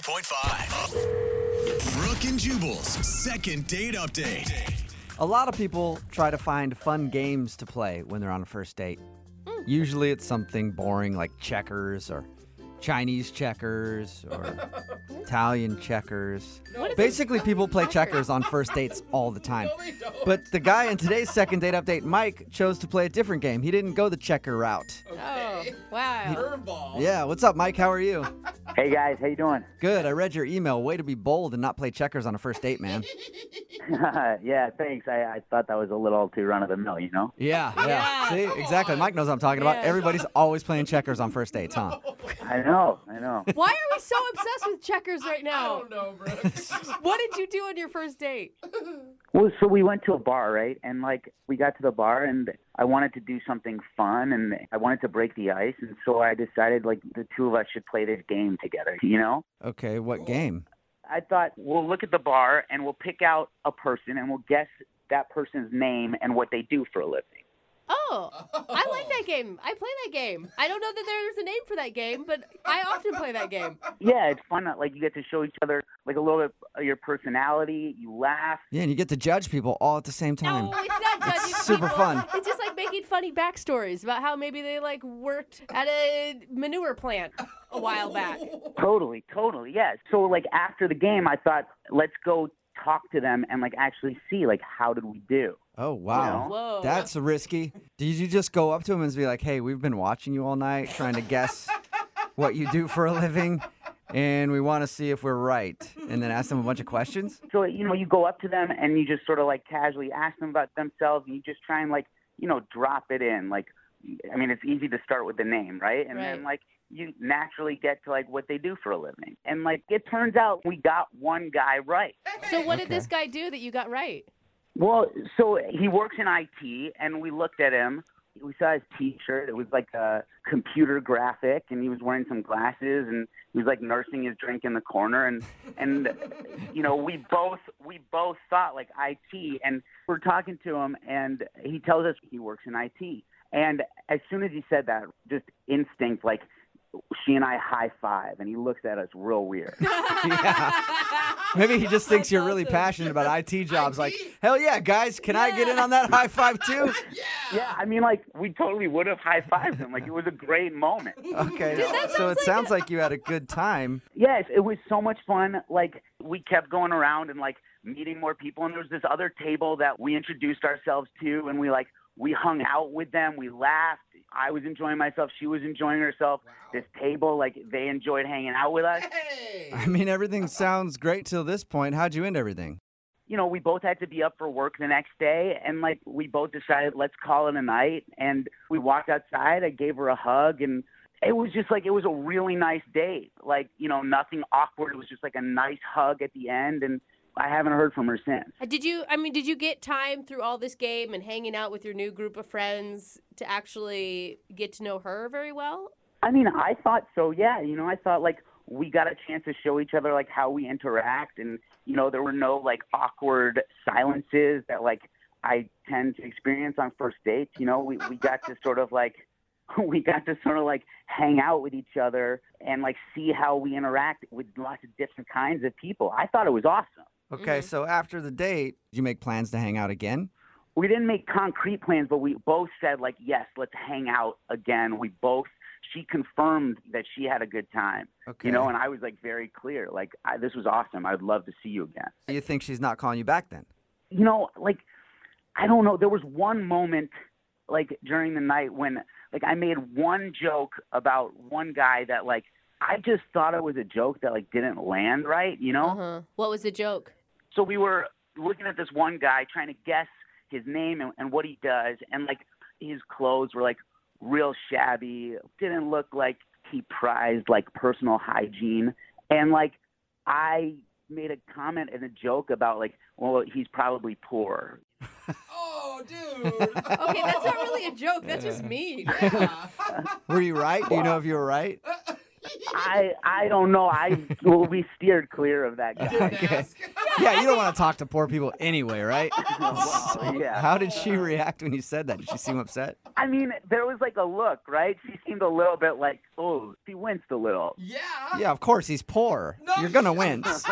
92.5. Brooke and Jubal's second date update. A lot of people try to find fun games to play when they're on a first date. Hmm. Usually it's something boring like checkers or Chinese checkers or Italian checkers. Basically, people play checkers on first dates all the time. But the guy in today's second date update, Mike, chose to play a different game. He didn't go the checker route. Oh, wow. Yeah, what's up, Mike? How are you? Hey guys, how you doing? Good. I read your email. Way to be bold and not play checkers on a first date, man. yeah, thanks. I, I thought that was a little too run of the mill, you know. Yeah, yeah. Yeah. See, exactly. Mike knows what I'm talking about. Yeah. Everybody's always playing checkers on first dates, huh? I know, I know. Why are we so obsessed with checkers right now? I don't know, bro. what did you do on your first date? well, so we went to a bar, right? And like we got to the bar, and I wanted to do something fun, and I wanted to break the ice, and so I decided like the two of us should play this game together, you know. Okay, what game? I thought we'll look at the bar and we'll pick out a person and we'll guess that person's name and what they do for a living. Oh, I like that game. I play that game. I don't know that there's a name for that game, but I often play that game. Yeah, it's fun. that, Like you get to show each other like a little bit of your personality. You laugh. Yeah, and you get to judge people all at the same time. No, Oh, it's not judging It's super people. fun. It's just like making funny backstories about how maybe they like worked at a manure plant a while back. Totally, totally, yes. So like after the game, I thought let's go talk to them and like actually see like how did we do. Oh wow, No. Whoa. that's risky. Did you just go up to him and be like, "Hey, we've been watching you all night, trying to guess what you do for a living, and we want to see if we're right," and then ask them a bunch of questions? So you know you go up to them and you just sort of like casually ask them about themselves and you just try and like you know drop it in like I mean it's easy to start with the name right and Right. then like you naturally get to like what they do for a living and like it turns out we got one guy right. so what did Okay. this guy do that you got right? Well, so he works in IT, and we looked at him. We saw his T-shirt. It was like a computer graphic, and he was wearing some glasses, and he was like nursing his drink in the corner. And and you know, we both we both thought like IT, and we're talking to him, and he tells us he works in IT. And as soon as he said that, just instinct, like she and I high five, and he looks at us real weird. Yeah. Maybe he just thinks That's you're really awesome. passionate about IT jobs. Like, hell yeah, guys, can I get in on that high five too? yeah, I mean, like we totally would have high fived him. Like it was a great moment. Okay, that so sounds it like sounds like you had a good time. Yes, it was so much fun. Like we kept going around and like meeting more people, and there was this other table that we introduced ourselves to, and we like we hung out with them. We laughed. I was enjoying myself. She was enjoying herself. This table, like they enjoyed hanging out with us. I mean, everything sounds great till this point. How'd you end everything? You know, we both had to be up for work the next day, and like we both decided let's call it a night. And we walked outside. I gave her a hug, and it was just like it was a really nice date. Like you know, nothing awkward. It was just like a nice hug at the end, and. I haven't heard from her since. Uh, Did you? I mean, did you get time through all this game and hanging out with your new group of friends to actually get to know her very well? I mean, I thought so. Yeah, you know, I thought like we got a chance to show each other like how we interact, and you know, there were no like awkward silences that like I tend to experience on first dates. You know, we we got to sort of like we got to sort of like hang out with each other and like see how we interact with lots of different kinds of people. I thought it was awesome. Okay, so after the date, did you make plans to hang out again? we didn't make concrete plans, but we both said like, yes, let's hang out again. We both she confirmed that she had a good time. Okay. You know, and I was like very clear, like I, this was awesome. I'd love to see you again. Do you think she's not calling you back then? You know, like I don't know. There was one moment like during the night when like I made one joke about one guy that like I just thought it was a joke that like didn't land right. You know. huh. Uh-huh. What was the joke? so we were looking at this one guy trying to guess his name and, and what he does and like his clothes were like real shabby didn't look like he prized like personal hygiene and like i made a comment and a joke about like well he's probably poor Oh, dude. Okay, that's not really a joke. That's just mean. Were you right? Do you know if you were right? I I don't know. I well, we steered clear of that guy. Didn't ask. Yeah, you don't want to talk to poor people anyway, right? So, yeah. How did she react when you said that? Did she seem upset? I mean, there was like a look, right? She seemed a little bit like, oh, she winced a little. yeah. Yeah, of course he's poor. No, You're gonna she- wince.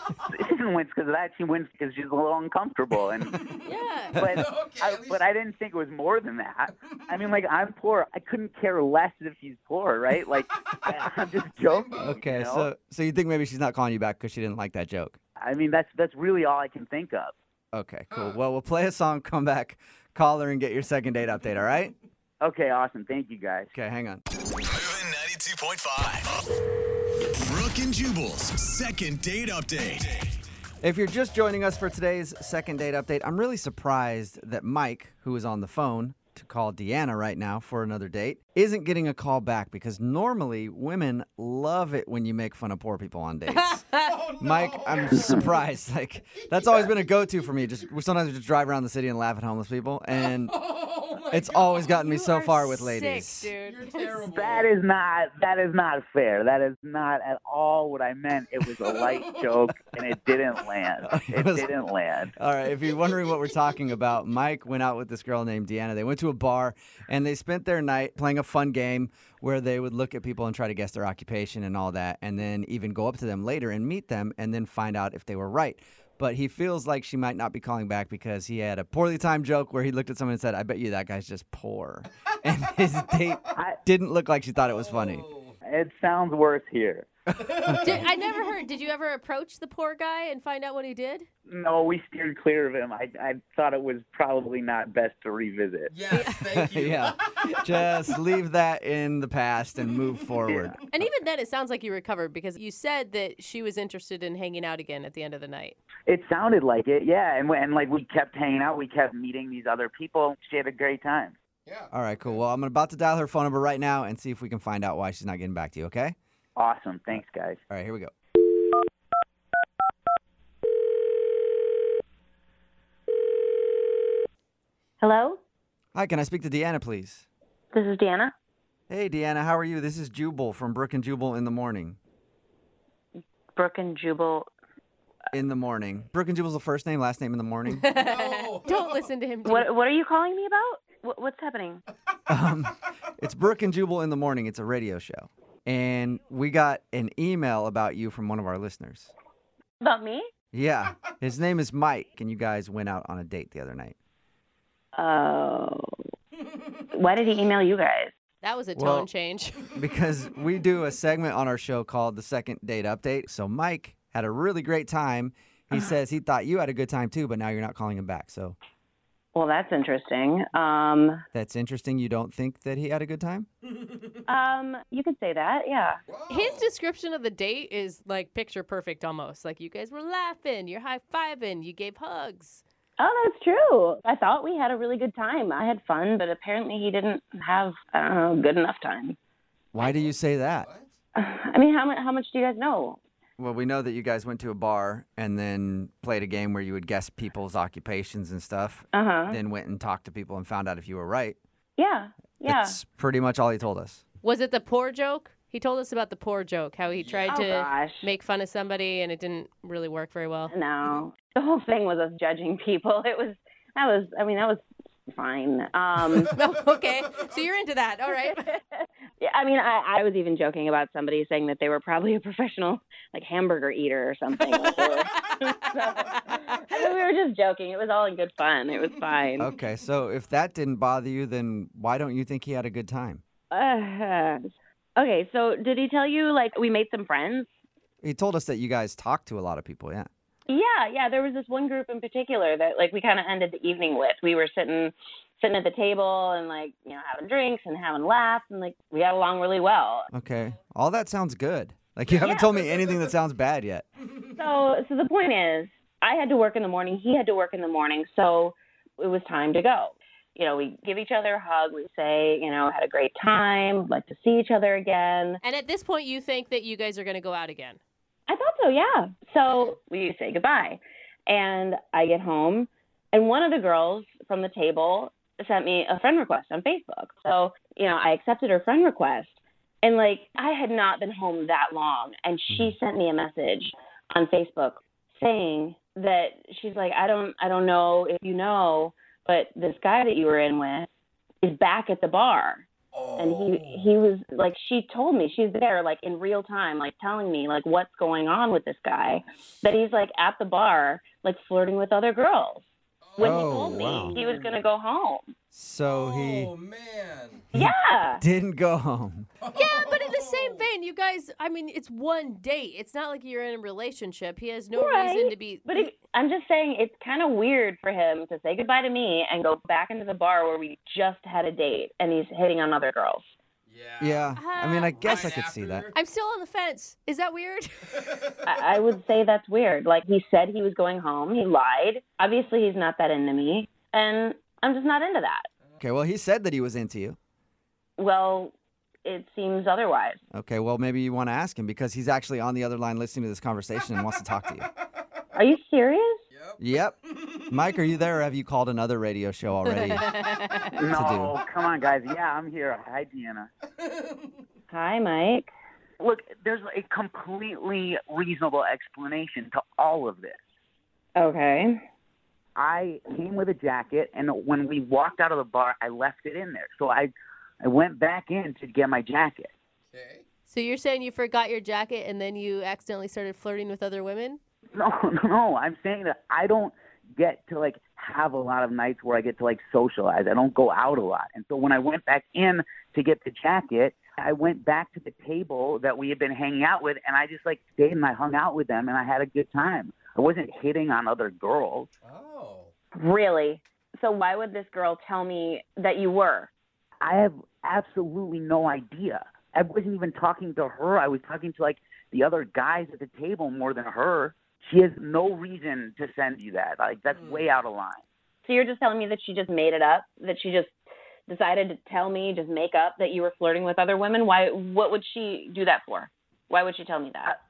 Stop. She didn't wince because of that. She winced because she's a little uncomfortable. And Yeah. but Okay, I, at least- but I didn't think it was more than that. I mean, like I'm poor. I couldn't care less if she's poor, right? Like I, I'm just joking. you Okay, know? so so you think maybe she's not calling you back because she didn't like that joke? I mean, that's that's really all I can think of. Okay, cool. Well, we'll play a song, come back, call her, and get your second date update. All right? Okay, awesome. Thank you guys. Okay, hang on. Moving 92.5. Brooke and Jubal's second date update. If you're just joining us for today's second date update, I'm really surprised that Mike, who is on the phone to call Deanna right now for another date, isn't getting a call back because normally women love it when you make fun of poor people on dates. Oh, no. Mike, I'm surprised. Like that's always been a go-to for me. Just sometimes we just drive around the city and laugh at homeless people, and Oh, my it's always God. gotten me You so are far with sick, ladies. You're dude. terrible. That is not that is not fair. That is not at all what I meant. It was a light joke and it didn't land. It was- didn't land. All right, if you're wondering what we're talking about, Mike went out with this girl named Deanna. They went to a bar and they spent their night playing a fun game where they would look at people and try to guess their occupation and all that, and then even go up to them later and meet them and then find out if they were right. But he feels like she might not be calling back because he had a poorly timed joke where he looked at someone and said, I bet you that guy's just poor. And his date didn't look like she thought it was funny. Oh. It sounds worse here. Did- I never heard. Did you ever approach the poor guy and find out what he did? No, we steered clear of him. I, I thought it was probably not best to revisit. Yes, thank you. yeah. Just leave that in the past and move forward. And even then, it sounds like you recovered because you said that she was interested in hanging out again at the end of the night. It sounded like it, yeah. And when, and like we kept hanging out, we kept meeting these other people. She had a great time. Yeah. All right, cool. Well, I'm about to dial her phone number right now and see if we can find out why she's not getting back to you, okay? Awesome. Thanks, guys. All right, here we go. Hello, Hi, can I speak to Deanna, please? this is Deanna. Hey, Deanna, how are you? This is Jubal from Brook and Jubal in the morning. Brooke and Jubal. In the morning. Brook and Jubal's the first name, last name in the morning. No. Don't listen to him. dude. What What are you calling me about? What, what's happening? um, it's Brook and Jubal in the morning. It's a radio show. And we got an email about you from one of our listeners. About me? Yeah, his name is Mike, and you guys went out on a date the other night. Oh, why did he email you guys? That was a tone Well- change. because we do a segment on our show called the second date update so mike had a really great time he says he thought you had a good time too but now you're not calling him back so Well, that's interesting. Um, that's interesting you don't think that he had a good time um, you could say that. Yeah. His description of the date is like picture perfect almost. Like you guys were laughing, you're high fiving, you gave hugs. Oh, that's true. I thought we had a really good time. I had fun, but apparently he didn't have I don't know good enough time. why do you say that I mean, how much how much do you guys know? well we know that you guys went to a bar and then played a game where you would guess people's occupations and stuff Uh huh. then went and talked to people and found out if you were right Yeah. Yeah. that's pretty much all he told us Was it the poor joke? He told us about the poor joke, how he tried Oh to gosh. make fun of somebody and it didn't really work very well. No, the whole thing was us judging people. It was that was I mean that was fine. Um, No, okay. So you're into that. All right. yeah, I mean I, I was even joking about somebody saying that they were probably a professional like hamburger eater or something. Like, they were- I mean, we were just joking. It was all in good fun. It was fine. okay so if that didn't bother you then why don't you think he had a good time Uh, okay, so did he tell you like we made some friends? he told us that you guys talked to a lot of people yeah Yeah, yeah. There was this one group in particular that like we kind of ended the evening with. We were sitting sitting at the table and like you know having drinks and having laughs and like we got along really well. Okay. All that sounds good. Like you haven't told me anything that sounds bad yet. So so the point is, I had to work in the morning. He had to work in the morning, so it was time to go. You know, we give each other a hug. We say, you know, had a great time. Like to see each other again. And at this point, you think that you guys are going to go out again. I thought so, yeah. So we say goodbye. And I get home, and one of the girls from the table sent me a friend request on Facebook. So, you know, I accepted her friend request. And like, I had not been home that long. And she Mm-hmm. sent me a message on Facebook saying that she's like, I don't, I don't know if you know, but this guy that you were in with is back at the bar. And Oh. he, he was like, she told me she's there, like in real time, like telling me like what's going on with this guy, that he's like at the bar, like flirting with other girls. When he Oh, told me wow. he was gonna go home. So he Oh man. Hmm. Yeah. didn't go home. Yeah, but in the Oh. same vein, you guys, I mean, it's one date. It's not like you're in a relationship. He has no reason Right, to be. But it, I'm just saying it's kind of weird for him to say goodbye to me and go back into the bar where we just had a date and he's hitting on other girls. Yeah. Yeah. I mean, I Ah. guess I Right could see that. after. I'm still on the fence. Is that weird? I, I would say that's weird. Like he said he was going home, he lied. Obviously, he's not that into me, and I'm just not into that. Okay, well, he said that he was into you. Well, it seems otherwise. Okay, well, maybe you want to ask him because he's actually on the other line listening to this conversation and wants to talk to you. Are you serious? Yep. Yep. Mike, are you there or have you called another radio show already? No, come on, guys. Yeah, I'm here. Hi, Deanna. Hi, Mike. Look, there's a completely reasonable explanation to all of this. Okay. I came with a jacket, and when we walked out of the bar, I left it in there. So I, I went back in to get my jacket. Okay. so you're saying you forgot your jacket and then you accidentally started flirting with other women? No, no, no. I'm saying that I don't get to like have a lot of nights where I get to like socialize. I don't go out a lot. And so when I went back in to get the jacket, I went back to the table that we had been hanging out with and I just like stayed and I hung out with them and I had a good time. I wasn't hitting on other girls. Oh. Really? So why would this girl tell me that you were? I have absolutely no idea. I wasn't even talking to her. I was talking to like the other guys at the table more than her. She has no reason to send you that. Like that's way out of line. So you're just telling me that she just made it up, that she just decided to tell me, just make up that you were flirting with other women? Why? What would she do that for? Why would she tell me that?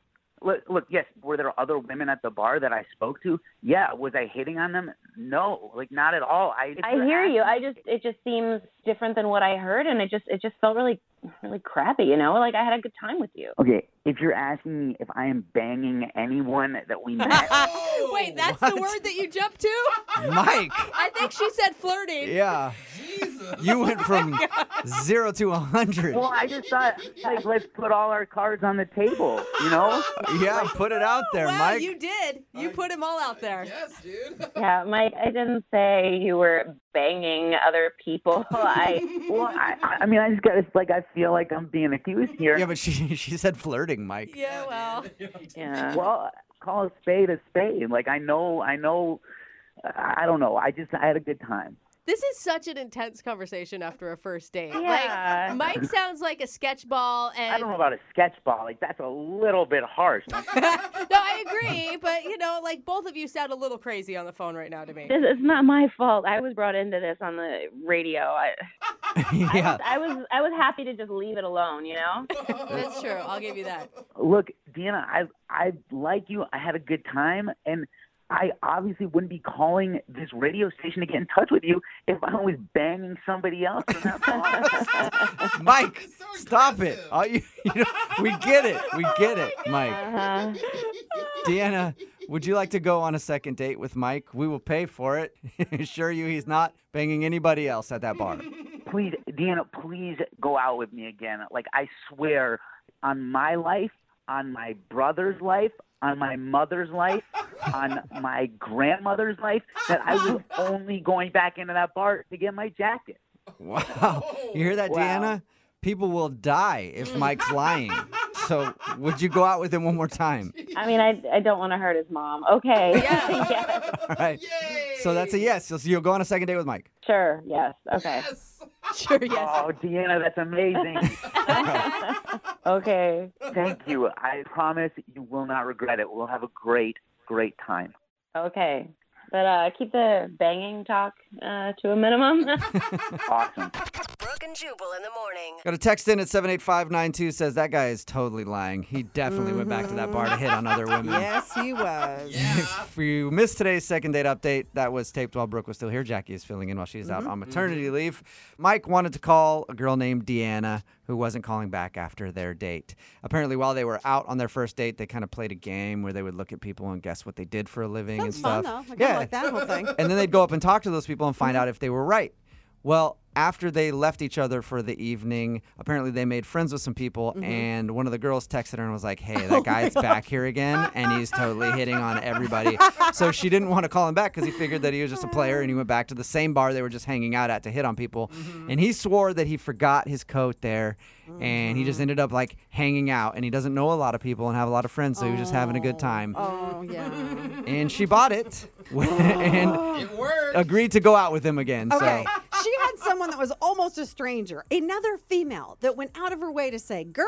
Look, look, yes, were there other women at the bar that I spoke to? Yeah, was I hitting on them? No, like not at all. I I hear you. I just it just seems different than what I heard, and it just it just felt really really crappy. You know, like I had a good time with you. Okay, if you're asking me if I am banging anyone that we met, Ah, Wait, that's the word that you jumped to? Mike, Oh. I think she said flirting. yeah. Jesus. You went from zero to a 100. well, I just thought like let's put all our cards on the table, you know? Yeah, put it out there, Wow, Mike. you did. You I- put him all out there. Yes, dude. Yeah, Mike. I didn't say you were banging other people. I Well, I, I- I mean, I just got to like I feel like I'm being accused here. Yeah, but she she said flirting, Mike. Yeah, well. yeah. well, call a spade a spade. Like I know, I know, I I don't know. I just I had a good time. This is such an intense conversation after a first date. Yeah. Like Mike sounds like a sketch ball and I don't know about a sketch ball. Like that's a little bit harsh. Like, No, I agree, but you know, like both of you sound a little crazy on the phone right now to me. This is not my fault. I was brought into this on the radio. I, yeah. I was I was happy to just leave it alone. You know. That's true. I'll give you that. look, Deanna, I I like you. I had a good time, and I obviously wouldn't be calling this radio station to get in touch with you if I was banging somebody else. And that's all. Mike, So stop it. aggressive. All you, you know, we get it. We get it, Mike. Uh-huh. Deanna, would you like to go on a second date with Mike? We will pay for it. Assure you he's not banging anybody else at that bar. please, Deanna, please go out with me again. Like I swear on my life, on my brother's life, on my mother's life, on my grandmother's life, that I was only going back into that bar to get my jacket. Wow. You hear that, Wow. Deanna? People will die if Mike's lying. So would you go out with him one more time? I mean, I, I don't want to hurt his mom. Okay. Yeah. yes. All right. So that's a yes. You'll, you'll go on a second date with Mike. Sure. Yes. Okay. Yes. Sure, yes. Oh, Deanna, that's amazing. Okay. Thank you. I promise you will not regret it. We'll have a great, great time. Okay. But uh, keep the banging talk uh, to a minimum. Awesome. Brooke and Jubal in the morning. Got a text in at 78592 says that guy is totally lying. He definitely went back to that bar to hit on other women. Yes, he was. If you missed today's second date update, that was taped while Brooke was still here. Jackie is filling in while she's Mm-hmm. out on maternity leave. Mike wanted to call a girl named Deanna who wasn't calling back after their date. Apparently, while they were out on their first date, they kind of played a game where they would look at people and guess what they did for a living and Sounds fun stuff. though. I kinda yeah, like that whole thing. and then they'd go up and talk to those people and find out if they were right. Well, after they left each other for the evening, apparently they made friends with some people, and one of the girls texted her and was like, "Hey, that guy's back here again, and he's totally hitting on everybody." so she didn't want to call him back because he figured that he was just a player, and he went back to the same bar they were just hanging out at to hit on people, and he swore that he forgot his coat there, and he just ended up like hanging out, and he doesn't know a lot of people and have a lot of friends, so he was just having a good time, Oh yeah. and she bought it, and It worked. agreed to go out with him again. Okay. So she had someone that was almost a stranger, another female that went out of her way to say, "Girl,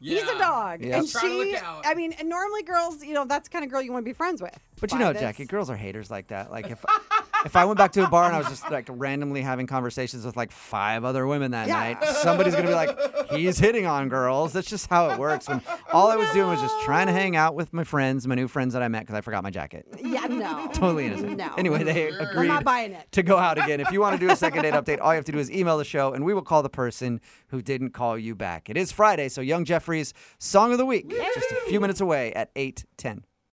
he's a Yeah. dog." Yep. And Trying to she, look out. I mean, and normally girls, you know, that's the kind of girl you want to be friends with. But you By know, this- Jackie, girls are haters like that. Like if if I went back to a bar and I was just like randomly having conversations with like five other women that Yeah. night, somebody's gonna be like, "He's hitting on girls." That's just how it works. When all I was doing was just trying to hang out with my friends, my new friends that I met because I forgot my jacket. Yeah, no. Totally innocent. No. Anyway, they Sure. I'm I'm agreed. not buying it. to go out again. If you want to do a second date update, all you have to do is email the show and we will call the person who didn't call you back. It is Friday, so Young Jeffrey's Song of the Week, just a few minutes away at 8:10.